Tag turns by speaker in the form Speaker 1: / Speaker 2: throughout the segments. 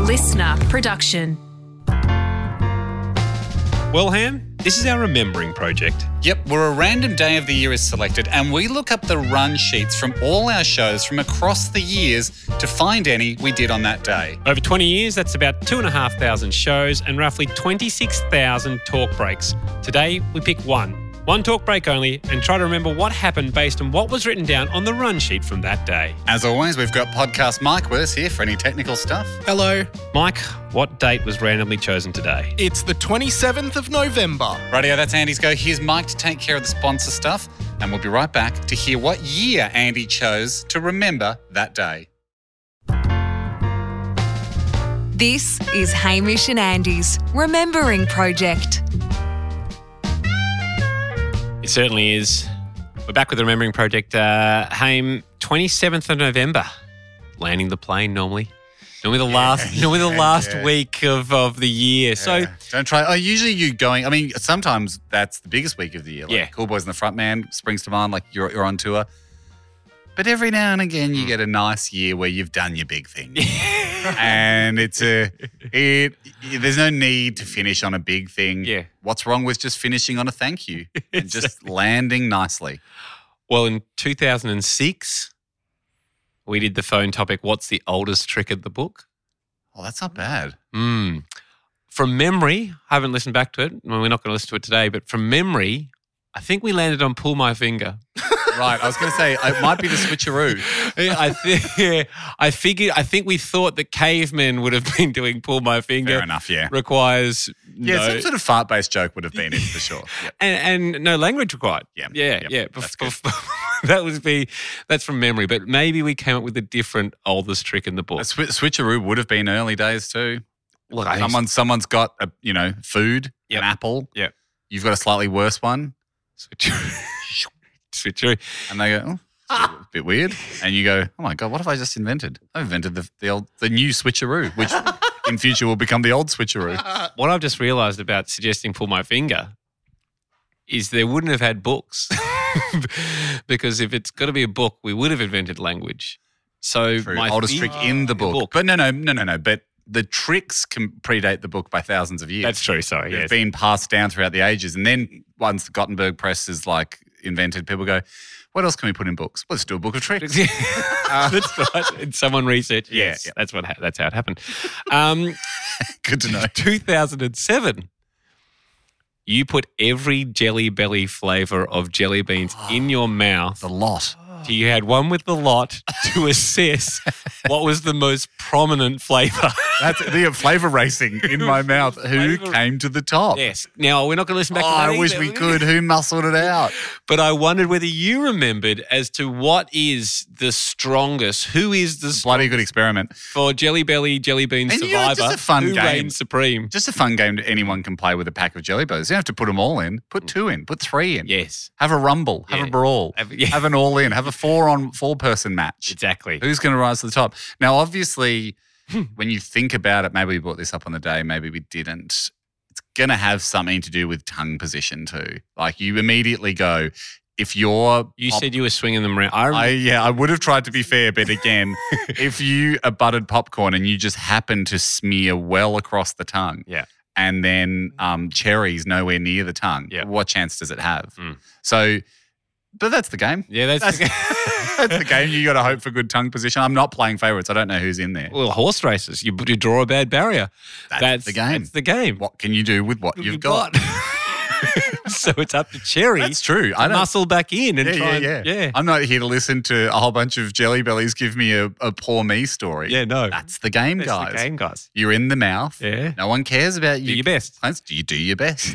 Speaker 1: listener production.
Speaker 2: Well, Ham, this is our remembering project.
Speaker 3: Yep, where a random day of the year is selected, and we look up the run sheets from all our shows from across the years to find any we did on that day.
Speaker 2: Over 20 years, that's about 2,500 shows and roughly 26,000 talk breaks. Today, we pick one. One talk break only, and try to remember what happened based on what was written down on the run sheet from that day.
Speaker 3: As always, we've got podcast Mike with us here for any technical stuff.
Speaker 4: Hello,
Speaker 2: Mike, what date was randomly chosen today?
Speaker 4: it's the 27th of November.
Speaker 3: Radio, that's Andy's go. Here's Mike to take care of the sponsor stuff, and we'll be right back to hear what year Andy chose to remember that day.
Speaker 1: This is Hamish and Andy's Remembering Project.
Speaker 2: It certainly is. We're back with the Remembering Project. Uh, Haim, 27th of November, landing the plane normally. Normally the last, normally the
Speaker 3: yeah,
Speaker 2: last
Speaker 3: yeah.
Speaker 2: week of, of the year. So,
Speaker 3: Yeah. don't try. Oh, usually you going. I mean, sometimes that's the biggest week of the year. Like
Speaker 2: Yeah.
Speaker 3: Cool Boys and the Front Man springs to mind. Like you're you're on tour, but every now and again you get a nice year where you've done your big thing, and it's a it. There's no need to finish on a big thing.
Speaker 2: Yeah.
Speaker 3: What's wrong with just finishing on a thank you and just landing nicely?
Speaker 2: well, in 2006, we did the phone topic What's the oldest trick of the book?
Speaker 3: Oh, that's not bad.
Speaker 2: Mm. From memory, I haven't listened back to it. Well, we're not going to listen to it today, but from memory, I think we landed on Pull My Finger.
Speaker 3: right. I was going to say it might be the switcheroo.
Speaker 2: I think I figured I think we thought that cavemen would have been doing pull my finger.
Speaker 3: Fair enough. Yeah.
Speaker 2: Requires
Speaker 3: Yeah,
Speaker 2: no,
Speaker 3: some sort of fart based joke would have been it for sure. Yep.
Speaker 2: and, and no language required.
Speaker 3: Yeah,
Speaker 2: yeah,
Speaker 3: yeah,
Speaker 2: yeah. Bef-
Speaker 3: that's good.
Speaker 2: bef- that would be that's from memory, but maybe we came up with a different oldest trick in the book.
Speaker 3: A swi- switcheroo would have been early days too.
Speaker 2: Look, I-
Speaker 3: someone someone's got a you know food,
Speaker 2: Yep.
Speaker 3: an apple.
Speaker 2: Yep.
Speaker 3: You've got a slightly worse one,
Speaker 2: switcheroo. switcheroo.
Speaker 3: and they go, oh, it's a bit weird. And you go, oh my god, what have I just invented? I invented the the old the new switcheroo, which in future will become the old switcheroo.
Speaker 2: What I've just realised about suggesting pull my finger is they wouldn't have had books because if it's got to be a book, we would have invented language. So
Speaker 3: True,
Speaker 2: my
Speaker 3: oldest
Speaker 2: fi-
Speaker 3: trick in the book.
Speaker 2: book.
Speaker 3: But no, no, no, no, no. But the tricks can predate the book by thousands of years.
Speaker 2: That's true. Sorry,
Speaker 3: They've
Speaker 2: yes.
Speaker 3: been passed down throughout the ages. And then once the Gutenberg Press is like invented, people go, what else can we put in books? Let's do a book of tricks.
Speaker 2: that's right. And someone researched.
Speaker 3: Uh. Yeah,
Speaker 2: Yes,
Speaker 3: yeah.
Speaker 2: that's what. Ha- that's how it happened. Um,
Speaker 3: Good to know.
Speaker 2: 2007. You put every Jelly Belly flavor of jelly beans in your mouth.
Speaker 3: The lot.
Speaker 2: You had one with the lot to assess what was the most prominent flavor.
Speaker 3: That's the flavor racing in my mouth. Who
Speaker 2: Flavour-
Speaker 3: came to the top?
Speaker 2: Yes. Now we're not going to listen
Speaker 3: Oh,
Speaker 2: back. to that
Speaker 3: I wish
Speaker 2: either.
Speaker 3: we could. Who muscled it out?
Speaker 2: But I wondered whether you remembered as to what is the strongest. Who is the
Speaker 3: Bloody good experiment.
Speaker 2: for Jelly Belly Jelly Bean
Speaker 3: And you know,
Speaker 2: Survivor?
Speaker 3: it's just a fun
Speaker 2: who
Speaker 3: game.
Speaker 2: reigns supreme?
Speaker 3: Just a fun game that anyone can play with a pack of jelly bellies. You don't have to put them all in. Put two in. Put three in.
Speaker 2: Yes.
Speaker 3: Have a rumble. Have
Speaker 2: Yeah.
Speaker 3: a brawl.
Speaker 2: Have- yeah.
Speaker 3: Have an all in. Have a four on four person match.
Speaker 2: Exactly.
Speaker 3: Who's going to rise to the top? Now, obviously,
Speaker 2: Hmm.
Speaker 3: when you think about it, maybe we brought this up on the day, maybe we didn't. It's going to have something to do with tongue position too. Like you immediately go, if you're
Speaker 2: You
Speaker 3: pop-
Speaker 2: said you were swinging them around. I remember.
Speaker 3: I yeah, I would have tried to be fair, but again, if you are buttered popcorn and you just happen to smear well across the tongue,
Speaker 2: Yeah. Mm.
Speaker 3: and then um, cherries nowhere near the tongue,
Speaker 2: Yeah.
Speaker 3: what chance does it have?
Speaker 2: Mm.
Speaker 3: So, but that's the game.
Speaker 2: yeah, that's,
Speaker 3: That's the game. You got to hope for good tongue position. I'm not playing favorites. I don't know who's in there.
Speaker 2: well, horse races. You, you draw a bad barrier.
Speaker 3: That's the game.
Speaker 2: That's the game.
Speaker 3: What can you do with what
Speaker 2: What
Speaker 3: you've, got?
Speaker 2: so it's up to Cherry
Speaker 3: That's true. I
Speaker 2: to
Speaker 3: don't.
Speaker 2: muscle back in and
Speaker 3: Yeah,
Speaker 2: try.
Speaker 3: yeah, yeah,
Speaker 2: and, yeah.
Speaker 3: I'm not here to listen to a whole bunch of jelly bellies give me a, a poor me story.
Speaker 2: Yeah, no.
Speaker 3: That's the game,
Speaker 2: That's
Speaker 3: guys.
Speaker 2: the game, guys.
Speaker 3: You're in the mouth.
Speaker 2: Yeah.
Speaker 3: No one cares about
Speaker 2: Do
Speaker 3: you.
Speaker 2: your best.
Speaker 3: That's- You do your best.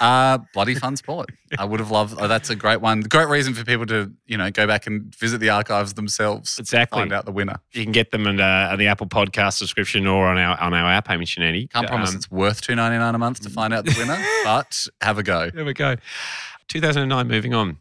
Speaker 3: uh, bloody fun sport. I would have loved. Oh, that's a great one. Great reason for people to you know go back and visit the archives themselves. to
Speaker 2: Exactly.
Speaker 3: Find out the winner.
Speaker 2: You can get them on, uh, on the Apple Podcast subscription or on our on our app, Hamish and Andy.
Speaker 3: Can't promise
Speaker 2: Um,
Speaker 3: it's worth two ninety nine a month to find out the winner, but have a go.
Speaker 2: There we go. 2009. Moving on.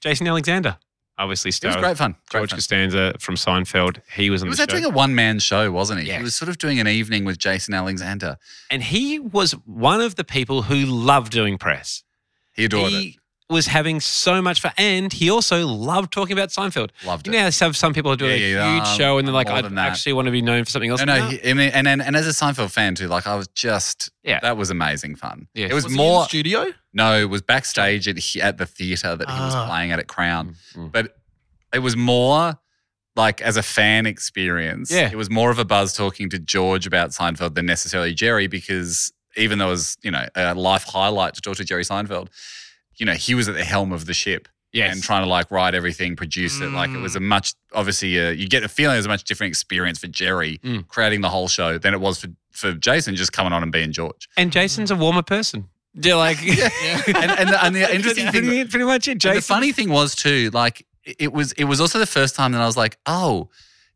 Speaker 2: Jason Alexander, obviously
Speaker 3: It was
Speaker 2: star.
Speaker 3: great fun. Great
Speaker 2: George
Speaker 3: fun.
Speaker 2: Costanza from Seinfeld. He was on
Speaker 3: He was
Speaker 2: the
Speaker 3: that
Speaker 2: show.
Speaker 3: doing a one man show, wasn't he?
Speaker 2: Yes.
Speaker 3: He was sort of doing an evening with Jason Alexander.
Speaker 2: and he was one of the people who loved doing press.
Speaker 3: He adored
Speaker 2: he
Speaker 3: it.
Speaker 2: was having so much fun, and he also loved talking about Seinfeld.
Speaker 3: Loved
Speaker 2: you
Speaker 3: it.
Speaker 2: know, how have some people do
Speaker 3: Yeah,
Speaker 2: a
Speaker 3: yeah,
Speaker 2: huge
Speaker 3: I'm-
Speaker 2: show, and they're
Speaker 3: I'm
Speaker 2: like,
Speaker 3: more
Speaker 2: I
Speaker 3: than that."
Speaker 2: actually want to be known for something else.
Speaker 3: No, no, he, I mean, and, and and as a Seinfeld fan too, like I was just
Speaker 2: Yeah.
Speaker 3: that was amazing fun.
Speaker 2: Yes.
Speaker 3: It was,
Speaker 4: Was he in
Speaker 3: more
Speaker 4: the studio?
Speaker 3: no, it was backstage at he- at the theater that he was
Speaker 4: Ah.
Speaker 3: playing at at Crown,
Speaker 2: Mm, mm.
Speaker 3: but it was more like as a fan experience.
Speaker 2: Yeah.
Speaker 3: it was more of a buzz talking to George about Seinfeld than necessarily Jerry because even though it was you know a life highlight to talk to Jerry Seinfeld, you know he was at the helm of the ship
Speaker 2: yes. Mm.
Speaker 3: and trying to like write everything, produce it. Like it was a much obviously uh you get the feeling it was a much different experience for Jerry
Speaker 2: Mm.
Speaker 3: creating the whole show than it was for for Jason just coming on and being George.
Speaker 2: and Jason's a warmer person. They're like,
Speaker 3: And and the, and the
Speaker 2: That's
Speaker 3: interesting thing,
Speaker 2: pretty, pretty much it,
Speaker 3: and
Speaker 2: Jason.
Speaker 3: the funny thing was too, like it- it was it was also the first time that I was like, oh.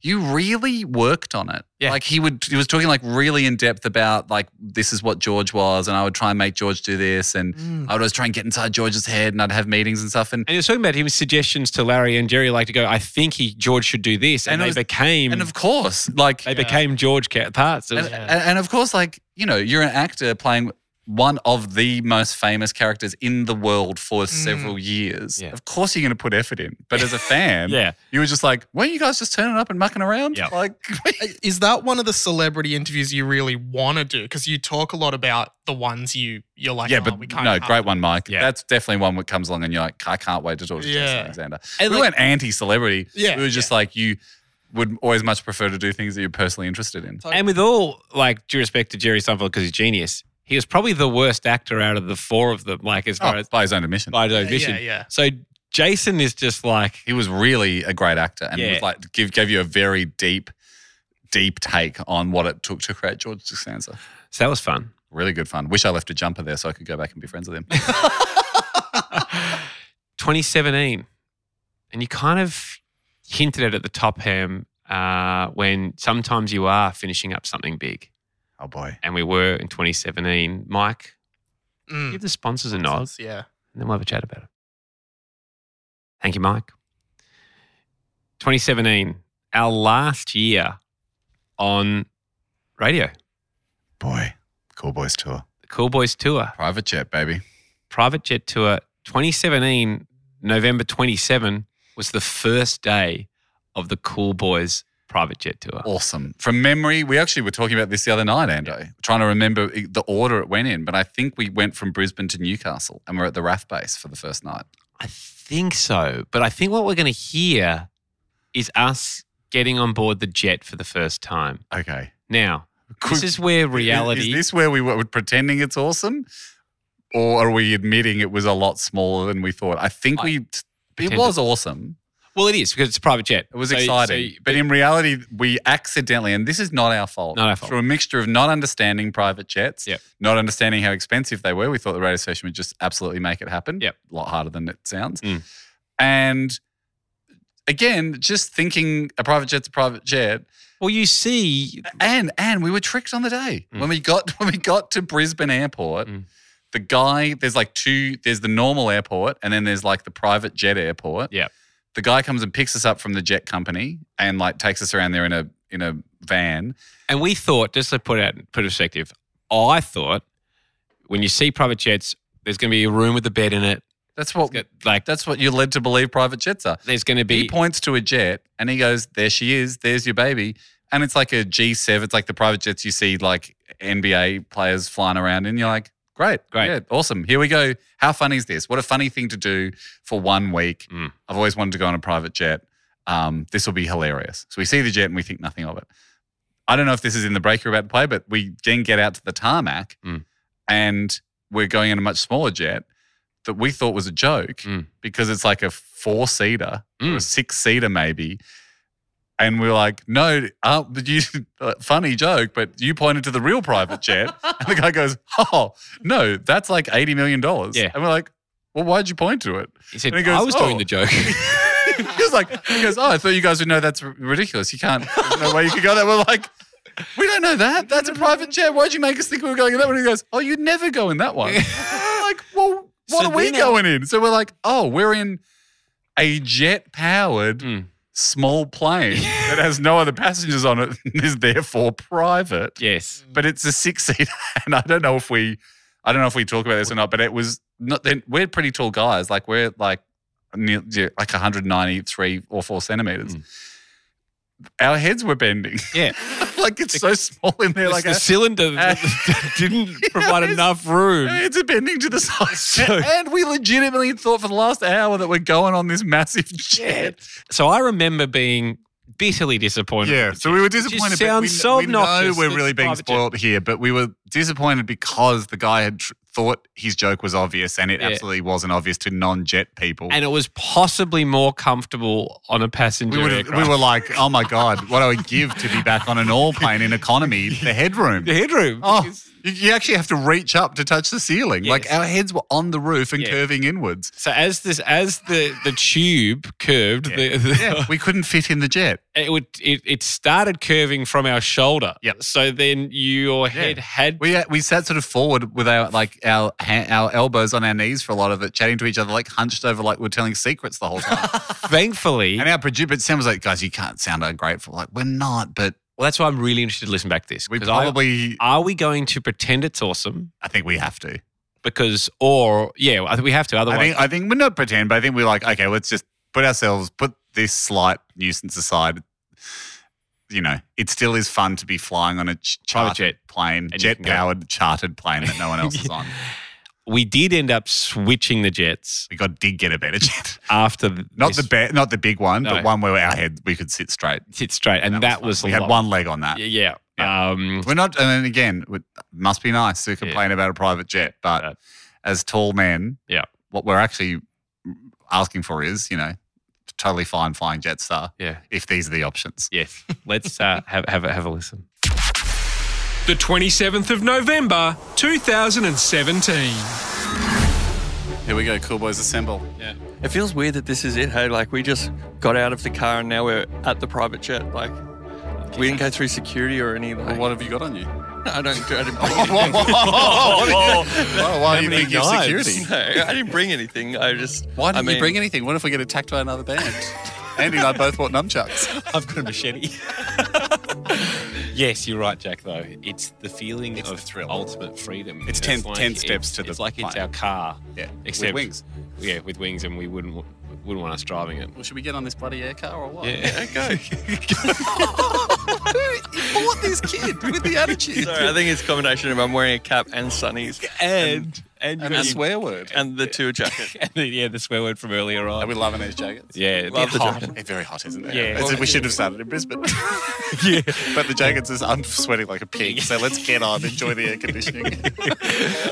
Speaker 3: You really worked on it.
Speaker 2: Yeah.
Speaker 3: Like he would, he was talking like really in depth about like this is what George was, and I would try and make George do this, and
Speaker 4: Mm.
Speaker 2: Mm.
Speaker 3: I would always try and get inside George's head, and I'd have meetings and stuff. And
Speaker 2: and he was talking about his suggestions to Larry and Jerry, like to go. I think he George should do this, and,
Speaker 3: And it
Speaker 2: they
Speaker 3: was-
Speaker 2: became
Speaker 3: and of course, like
Speaker 2: they became George ca- parts. It was-
Speaker 3: and, and, and of course, like you know, you're an actor playing one of the most famous characters in the world for
Speaker 4: Mm.
Speaker 3: several years.
Speaker 2: Yeah.
Speaker 3: Of course, you're going to put effort in. But as a fan,
Speaker 2: Yeah.
Speaker 3: you were just like, weren't you guys just turning up and mucking around?
Speaker 2: Yeah.
Speaker 3: Like,
Speaker 4: Uh, Is that one of the celebrity interviews you really want to do? Because you talk a lot about the ones you you're like,
Speaker 3: yeah,
Speaker 4: "Oh,
Speaker 3: but
Speaker 4: we can't
Speaker 3: no,
Speaker 4: have
Speaker 3: great one, Mike.
Speaker 2: Yeah.
Speaker 3: That's definitely one that comes along and you're like, I can't wait to talk to Jason
Speaker 4: Yeah.
Speaker 3: Alexander.
Speaker 2: And
Speaker 3: we
Speaker 2: like-
Speaker 3: weren't anti-celebrity.
Speaker 4: Yeah,
Speaker 3: we were just like you would always much prefer to do things that you're personally interested in.
Speaker 4: Totally.
Speaker 2: And with all like due respect to Jerry Seinfeld because he's genius, he was probably the worst actor out of the four of them. Like as far
Speaker 3: Oh,
Speaker 2: as
Speaker 3: by his own admission,
Speaker 2: by his own
Speaker 4: Yeah,
Speaker 2: vision.
Speaker 4: yeah, yeah.
Speaker 2: So Jason is just like
Speaker 3: he was really a great actor and
Speaker 2: Yeah.
Speaker 3: was like give, gave you a very deep deep take on what it took to create george Costanza.
Speaker 2: so that was fun.
Speaker 3: really good fun wish i left a jumper there so i could go back and be friends with him
Speaker 2: 2017, and you kind of hinted at it at the top ham uh, when sometimes you are finishing up something big,
Speaker 3: oh boy
Speaker 2: and we were in 2017. Mike,
Speaker 4: Mm.
Speaker 2: give the sponsors a nod.
Speaker 4: Yeah.
Speaker 2: and then we'll have a chat about it. Thank you, Mike. 2017, our last year on radio,
Speaker 3: boy cool boys tour
Speaker 2: the Cool Boys Tour,
Speaker 3: private jet baby
Speaker 2: private jet tour. 2017, November 27 was the first day of the Cool Boys private jet tour.
Speaker 3: awesome from memory we actually were talking about this the other night ando trying to remember i- the order it went in but i think we went from brisbane to newcastle and we're at the rath base for the first night
Speaker 2: I think so, but I think what we're going to hear is us getting on board the jet for the first time.
Speaker 3: okay
Speaker 2: Now, this
Speaker 3: Could-
Speaker 2: is where
Speaker 3: Is-
Speaker 2: reality
Speaker 3: Is, this where we were pretending it's awesome, or are we admitting it was a lot smaller than we thought? I think
Speaker 2: I-
Speaker 3: we. It
Speaker 2: Pretended.
Speaker 3: was awesome.
Speaker 2: Well, it is because it's a private jet.
Speaker 3: It was
Speaker 2: So-
Speaker 3: exciting.
Speaker 2: so-
Speaker 3: but in reality, we accidentally, and this is not our fault.
Speaker 2: Not our fault.
Speaker 3: Through a mixture of not understanding private jets,
Speaker 2: Yep.
Speaker 3: not understanding how expensive they were, we thought the radio station would just absolutely make it happen.
Speaker 2: Yep.
Speaker 3: A lot harder than it sounds.
Speaker 2: Mm.
Speaker 3: And again, just thinking a private jet's a private jet,
Speaker 2: well, you see,
Speaker 3: and and we were tricked on the day
Speaker 2: Mm.
Speaker 3: when we got when we got to Brisbane Airport.
Speaker 2: Mm.
Speaker 3: The guy, there's like two. There's the normal airport, and then there's like the private jet airport.
Speaker 2: Yep.
Speaker 3: The guy comes and picks us up from the jet company, and like takes us around there in a in a van.
Speaker 2: and we thought, just to put it out put it in perspective, I thought when you see private jets, there's going to be a room with a bed in it.
Speaker 3: That's what
Speaker 2: It's got, like
Speaker 3: that's what you're led to believe private jets are.
Speaker 2: there's going to
Speaker 3: He
Speaker 2: be
Speaker 3: points to a jet, and he goes, "There she is. There's your baby." And it's like a G7. It's like the private jets you see like NBA players flying around, and you're like, Great.
Speaker 2: Great.
Speaker 3: Yeah, awesome. Here we go. How fun is this? What a funny thing to do for one week.
Speaker 2: Mm.
Speaker 3: I've always wanted to go on a private jet. Um, this will be hilarious. So we see the jet and we think nothing of it. I don't know if this is in the break you're about to play, but we then get out to the tarmac
Speaker 2: Mm.
Speaker 3: and we're going in a much smaller jet that we thought was a joke
Speaker 2: Mm.
Speaker 3: because it's like a four seater or a
Speaker 2: Mm.
Speaker 3: six seater maybe. And we are like, no, uh, but you, funny joke, but you pointed to the real private jet. and the guy goes, oh, no, that's like $80 million.
Speaker 2: Yeah.
Speaker 3: And we're like, well, why'd you point to it?
Speaker 2: He said,
Speaker 3: and he goes,
Speaker 2: I was doing
Speaker 3: "Oh."
Speaker 2: the joke.
Speaker 3: he was like, he goes, oh, I thought you guys would know that's r- ridiculous. You can't, there's no way you could go there. We're like, we don't know that. That's a private jet. Why'd you make us think we were going in that one? He goes, oh, you'd never go in that one. We're like, well, what
Speaker 2: So
Speaker 3: are we
Speaker 2: then I-
Speaker 3: going in? So we're like, oh, we're in a jet powered
Speaker 2: Mm.
Speaker 3: small plane that has no other passengers on it and is therefore private
Speaker 2: yes.
Speaker 3: but it's a six seater, and I don't know if we, I don't know if we talk about this or not, but it was not then we're pretty tall guys. Like we're like near, yeah, like 193 or four centimeters.
Speaker 2: Hmm.
Speaker 3: Our heads were bending.
Speaker 2: Yeah.
Speaker 3: like it's so small in there.
Speaker 2: Like
Speaker 3: Like
Speaker 2: the
Speaker 3: a-
Speaker 2: cylinder didn't provide
Speaker 3: it's-
Speaker 2: enough room.
Speaker 3: it's bending to the side.
Speaker 2: So-
Speaker 3: and we legitimately thought for the last hour that we're going on this massive jet.
Speaker 2: So I remember being bitterly disappointed.
Speaker 3: Yeah, so we were disappointed. but we,
Speaker 2: sounds so
Speaker 3: we know
Speaker 2: obnoxious.
Speaker 3: we're
Speaker 2: It's
Speaker 3: really being
Speaker 2: private jet.
Speaker 3: spoiled here, but we were disappointed because the guy had tr- thought his joke was obvious, and it
Speaker 2: Yeah.
Speaker 3: absolutely wasn't obvious to non-jet people.
Speaker 2: And it was possibly more comfortable on a passenger
Speaker 3: we, would have,
Speaker 2: aircraft.
Speaker 3: we were like, "Oh my god, what I would give to be back on an all plane in economy, the headroom."
Speaker 2: the headroom.
Speaker 3: Oh, you, you actually have to reach up to touch the ceiling. Like
Speaker 2: Yes.
Speaker 3: our heads were on the roof and
Speaker 2: Yeah.
Speaker 3: curving inwards.
Speaker 2: So as this as the the tube curved, the, the-
Speaker 3: We couldn't fit in the jet.
Speaker 2: it would it, it started curving from our shoulder.
Speaker 3: Yep.
Speaker 2: So then your head had
Speaker 3: We uh, we sat sort of forward with our like our ha- our elbows on our knees for a lot of it, chatting to each other, like hunched over, like we're telling secrets the whole time.
Speaker 2: thankfully.
Speaker 3: and our producer, but Sam was like, "Guys, you can't sound ungrateful. Like we're not, but
Speaker 2: well, that's why I'm really interested to listen back to this.
Speaker 3: we
Speaker 2: 'cause I-
Speaker 3: probably. I,
Speaker 2: are we going to pretend it's awesome?
Speaker 3: think we have to.
Speaker 2: Because or yeah, I think we have to. Otherwise,
Speaker 3: I think I think we're not pretend, but I think we're like, okay, let's just put ourselves, put this slight nuisance aside. You know, it still is fun to be flying on a ch-
Speaker 2: Private
Speaker 3: chartered
Speaker 2: jet.
Speaker 3: plane,
Speaker 2: And you
Speaker 3: jet
Speaker 2: can go-
Speaker 3: powered chartered plane that no one else is on.
Speaker 2: we did end up switching the jets
Speaker 3: We got did get a better jet.
Speaker 2: after
Speaker 3: Not
Speaker 2: this
Speaker 3: the be- not the big one,
Speaker 2: No.
Speaker 3: but one where our head we could sit straight.
Speaker 2: sit straight, and that was,
Speaker 3: we had
Speaker 2: lo-
Speaker 3: one leg on that.
Speaker 2: Yeah, yeah. Um,
Speaker 3: We're not, and then again, it must be nice to complain about a private jet, but
Speaker 2: Right.
Speaker 3: as tall men,
Speaker 2: Yeah.
Speaker 3: what we're actually asking for is, you know, totally fine flying Jetstar
Speaker 2: yeah.
Speaker 3: if these are the options.
Speaker 2: Yes. Let's uh, have have a, have a listen.
Speaker 5: The 27th of November, 2017.
Speaker 3: Here we go, cool boys assemble.
Speaker 6: It feels weird that this is it, hey? Like, we just got out of the car and now we're at the private jet. Like, we didn't go through security or any. Like,
Speaker 3: have you got on you?
Speaker 6: I don't. I didn't
Speaker 3: Whoa,
Speaker 6: bring
Speaker 3: whoa,
Speaker 6: anything.
Speaker 3: whoa, whoa, why do you
Speaker 2: many
Speaker 3: think you're
Speaker 2: knives?
Speaker 3: security?
Speaker 6: No, I didn't bring anything. I just.
Speaker 3: Why
Speaker 6: I
Speaker 3: didn't
Speaker 6: mean,
Speaker 3: you bring anything? What if we get attacked by another band? Andy and I both bought nunchucks.
Speaker 2: I've got a machete. yes, you're right, Jack. Though it's the feeling of
Speaker 3: thrill.
Speaker 2: ultimate freedom.
Speaker 3: It's
Speaker 2: ten, ten
Speaker 3: 10 10 steps to the
Speaker 2: It's like it's
Speaker 3: plane.
Speaker 2: our car.
Speaker 3: Yeah, with
Speaker 2: except
Speaker 3: wings.
Speaker 2: Yeah, with wings, and we wouldn't w- wouldn't want us driving it.
Speaker 3: Well, should we get on this bloody air car or what?
Speaker 2: Yeah,
Speaker 3: bought this kid with the attitude.
Speaker 6: Sorry, I think it's a combination of I'm wearing a cap and sunnies
Speaker 2: and and,
Speaker 3: and a swear word.
Speaker 6: and the tour jacket.
Speaker 2: and the, yeah, the swear word from earlier
Speaker 3: Are
Speaker 2: on.
Speaker 3: we loving these jackets?
Speaker 2: Yeah,
Speaker 6: Love the
Speaker 2: hot.
Speaker 6: jacket.
Speaker 3: They're very hot, isn't it?
Speaker 2: Yeah.
Speaker 3: we should have started in Brisbane. yeah. But the jackets is, I'm sweating like a pig, so let's get on, enjoy the air conditioning.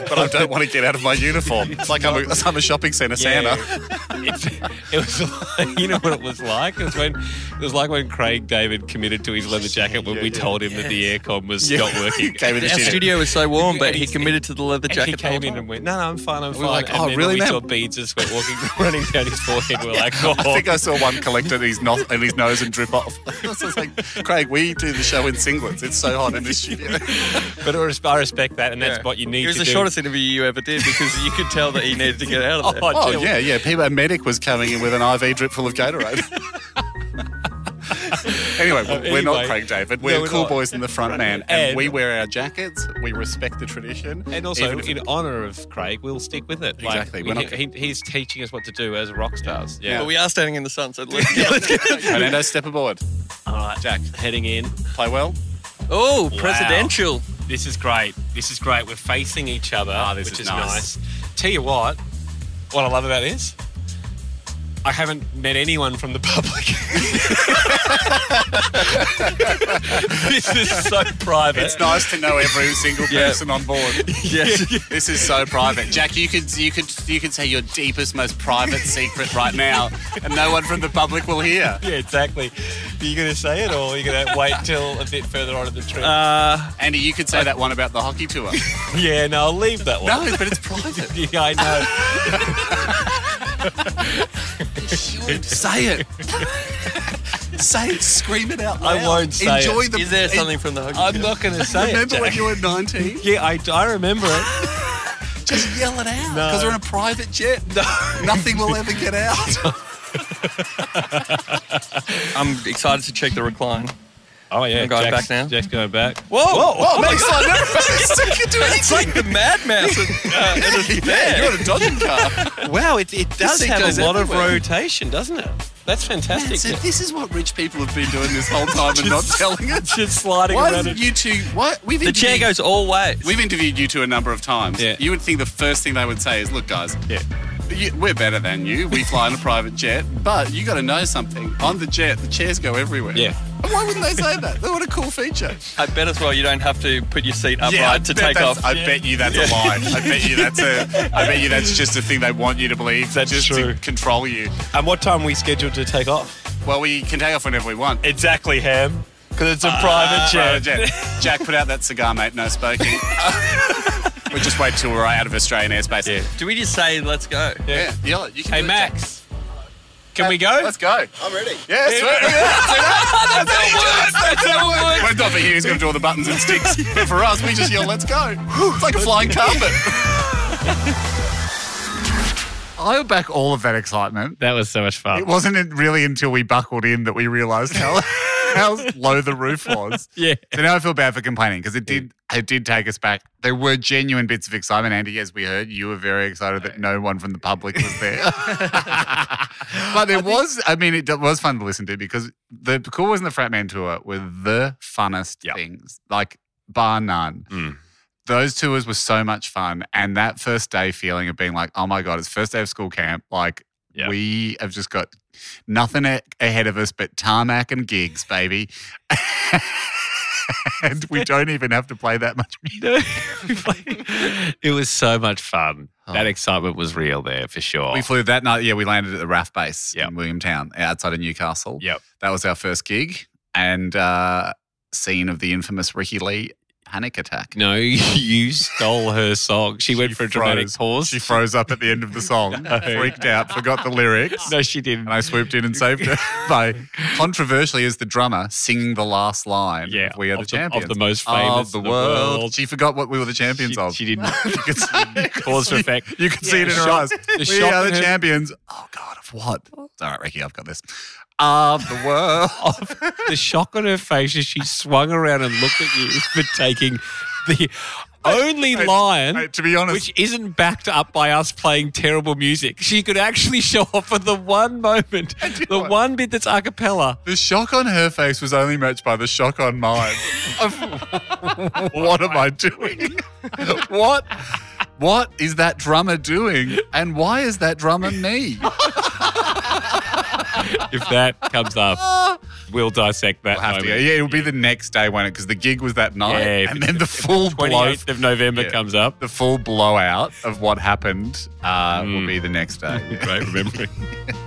Speaker 3: but I don't want to get out of my uniform. It's like I'm a, I'm a shopping centre
Speaker 2: Yeah.
Speaker 3: Santa.
Speaker 2: It, it was, like- you know what it was like. It was when it was like when Craig David committed to his leather jacket when we told him that the aircon was not working.
Speaker 3: Came in the
Speaker 6: Our
Speaker 3: studio.
Speaker 6: studio was so warm, but he committed to the leather
Speaker 2: And
Speaker 6: jacket.
Speaker 2: he
Speaker 6: the whole
Speaker 2: came in
Speaker 6: time.
Speaker 2: and went, "No, no, I'm fine, I'm fine."
Speaker 3: were like,
Speaker 2: and
Speaker 3: "Oh,
Speaker 2: then
Speaker 3: really,
Speaker 2: We
Speaker 3: ma'am?"
Speaker 2: saw beads of sweat walking, running down his forehead. We're like, "Oh,
Speaker 3: I think I saw one collected his nos- and his nose and drip off. I was just like, Craig, we do the show in singlets. It's so hot in this studio.
Speaker 2: but I res- I respect that, and that's
Speaker 6: Yeah.
Speaker 2: what you need
Speaker 6: It was
Speaker 2: to
Speaker 6: the
Speaker 2: do."
Speaker 6: shortest interview you ever did because you could tell that he needed to get out of there.
Speaker 3: Oh yeah, yeah. People, a medic was coming in with an IV drip full of Gatorade. anyway, we're, we're
Speaker 2: anyway.
Speaker 3: not Craig David. We're,
Speaker 2: No, we're
Speaker 3: cool
Speaker 2: not.
Speaker 3: boys in the front man, and,
Speaker 2: And-
Speaker 3: we wear our jackets. We respect the tradition,
Speaker 2: And also,
Speaker 3: even if-
Speaker 2: in honour of Craig, we'll stick with it.
Speaker 3: Exactly,
Speaker 2: Like,
Speaker 3: we're
Speaker 2: we-
Speaker 3: not-
Speaker 2: he, he's teaching us what to do as rock stars. Yeah.
Speaker 6: But we are standing in the sun, so let's get, let's get
Speaker 3: Fernando, step aboard.
Speaker 2: All right, Jack, heading in.
Speaker 3: Play well.
Speaker 6: Oh, presidential.
Speaker 2: This is great. This is great. We're facing each other,
Speaker 3: this
Speaker 2: which Ah, is, nice.
Speaker 3: is nice.
Speaker 2: Tell you what, what I love about this, I haven't met anyone from the public. this is so private.
Speaker 3: It's nice to know every single
Speaker 6: Yeah.
Speaker 3: person on board.
Speaker 6: Yes.
Speaker 3: This is so private, Jack. You could you could you could say your deepest, most private secret right now, and no one from the public will hear.
Speaker 2: Yeah, exactly. Are you going to say it or are you going to wait till a bit further on in the trip?
Speaker 6: Uh,
Speaker 3: Andy, you could say that one about the hockey tour.
Speaker 2: yeah, no, I'll leave that one.
Speaker 3: No, but it's private.
Speaker 2: Yeah, I know.
Speaker 3: Say it. say it. Scream it out.
Speaker 2: I
Speaker 3: loud.
Speaker 2: won't say
Speaker 3: Enjoy
Speaker 2: it.
Speaker 3: the.
Speaker 6: is there something from the hockey?
Speaker 2: I'm not going to say
Speaker 3: Remember
Speaker 2: it.
Speaker 3: when
Speaker 2: Jack.
Speaker 3: you were 19?
Speaker 2: Yeah, I, I remember it.
Speaker 3: Just yell it out
Speaker 2: No.
Speaker 3: because we're in a private jet. Nothing will ever get out.
Speaker 6: I'm excited to check the recline.
Speaker 2: Oh yeah,
Speaker 6: I'm going
Speaker 2: Jack's,
Speaker 6: back now.
Speaker 2: Jack's going back.
Speaker 6: Whoa!
Speaker 3: Oh, makes like no you do
Speaker 6: It's like the Mad Mouse. And, uh, and a bear.
Speaker 3: You're on a dodging car.
Speaker 2: Wow, it, it does
Speaker 6: thing
Speaker 2: have
Speaker 6: goes
Speaker 2: a lot
Speaker 6: everywhere.
Speaker 2: of rotation, doesn't it? That's fantastic.
Speaker 3: so this is what rich people have been doing this whole time and not telling us.
Speaker 2: Just sliding
Speaker 3: Why
Speaker 2: around.
Speaker 3: is
Speaker 2: it.
Speaker 3: it you two? Why we've
Speaker 6: The chair
Speaker 3: interviewed-
Speaker 6: goes all ways.
Speaker 3: We've interviewed you two a number of times.
Speaker 2: Yeah.
Speaker 3: You would think the first thing they would say is, "Look, guys,
Speaker 2: Yeah.
Speaker 3: you, we're better than you. We fly in a private jet, but you got to know something. On the jet, the chairs go everywhere.
Speaker 2: Yeah.
Speaker 3: And Why wouldn't they say that? What a cool feature.
Speaker 6: I bet as well you don't have to put your seat upright
Speaker 3: I
Speaker 6: to
Speaker 3: bet
Speaker 6: take
Speaker 3: that's-
Speaker 6: off.
Speaker 3: I bet you that's a lie. I bet you that's a. I bet you that's just a thing they want you to believe.
Speaker 2: That's
Speaker 3: just
Speaker 2: true.
Speaker 3: to control you.
Speaker 2: And what time are we scheduled to take off?
Speaker 3: Well, we can take off whenever we want.
Speaker 2: Exactly, Ham. Because
Speaker 6: Uh,
Speaker 2: it's a private
Speaker 3: Private jet. Jack, put out that cigar, mate. No smoking. we just wait till we're out of Australian airspace. Yeah.
Speaker 6: Do we just say let's go?
Speaker 3: Yeah. yeah you can
Speaker 2: Hey,
Speaker 3: do it, Jack.
Speaker 2: Max. Can we go?
Speaker 3: Let's go. I'm ready. Yes. Yeah. Look at that. See that? That's how it works. Well, not for you, who's going to do all the buttons and sticks. But for us, we just yell, let's go. It's like a flying carpet. I back all of that excitement.
Speaker 2: That was so much
Speaker 3: It
Speaker 2: fun.
Speaker 3: wasn't it really until we buckled in that we realised how how low the roof was.
Speaker 2: Yeah.
Speaker 3: So now I feel bad for complaining because it did it did take us back. There were genuine bits of excitement, Andy, as we heard. You were very excited that no one from the public was there. but it was. I mean, it was fun to listen to because the cool was in the Frat Man tour were the funnest
Speaker 2: Mm. Yep.
Speaker 3: things, like bar none.
Speaker 2: Mm.
Speaker 3: Those tours were so much fun, and that first day feeling of being like, "Oh my god, it's first day of school camp!" Like
Speaker 2: Yeah.
Speaker 3: we have just got nothing a- ahead of us but tarmac and gigs, baby. and we don't even have to play that much music.
Speaker 2: it was so much fun. That excitement was real there for sure.
Speaker 3: We flew that night. Yeah, we landed at the RAF base
Speaker 2: Yep.
Speaker 3: in Williamtown, outside of Newcastle.
Speaker 2: Yep.
Speaker 3: That was our first gig, and uh, scene of the infamous Ricky Lee panic attack.
Speaker 2: no, you stole her song. She went
Speaker 3: She
Speaker 2: for a dramatic
Speaker 3: froze.
Speaker 2: pause.
Speaker 3: She froze up at the end of the song, freaked out, forgot the lyrics.
Speaker 2: no, she didn't.
Speaker 3: And I swooped in and saved her by, controversially, as the drummer singing the last line.
Speaker 2: Yeah,
Speaker 3: of we are
Speaker 2: of
Speaker 3: the
Speaker 2: the- of
Speaker 3: champions
Speaker 2: the most famous
Speaker 3: of the
Speaker 2: in the
Speaker 3: world.
Speaker 2: world.
Speaker 3: She forgot what we were the
Speaker 2: she,
Speaker 3: champions of.
Speaker 2: she didn't.
Speaker 3: you could see,
Speaker 2: Cause for effect.
Speaker 3: You could see it in her
Speaker 2: shock-
Speaker 3: eyes.
Speaker 2: the
Speaker 3: We
Speaker 2: shock
Speaker 3: are
Speaker 2: in
Speaker 3: the
Speaker 2: her-
Speaker 3: champions. Oh God, of what? It's all right, Ricky, I've got this. Of the world.
Speaker 2: the shock on her face as she swung around and looked at you for taking the only
Speaker 3: Hey,
Speaker 2: line.
Speaker 3: hey, to be honest-
Speaker 2: which isn't backed up by us playing terrible music. She could actually show off for the one moment, the
Speaker 3: what?
Speaker 2: one bit that's a cappella.
Speaker 3: The shock on her face was only matched by the shock on mine. of, what am I doing? what? What is that drummer doing? And why is that drummer me?
Speaker 2: If that comes up, we'll dissect that.
Speaker 3: We'll have to go.
Speaker 2: moment.
Speaker 3: Yeah, it'll be the next day, won't it? Because the gig was that night,
Speaker 2: Yeah, if
Speaker 3: and
Speaker 2: it's
Speaker 3: then
Speaker 2: the-
Speaker 3: the full blow,
Speaker 2: 28th of November
Speaker 3: Yeah.
Speaker 2: comes up.
Speaker 3: the full blowout of what happened uh, will
Speaker 2: Mm.
Speaker 3: be the next day.
Speaker 2: Great remembering.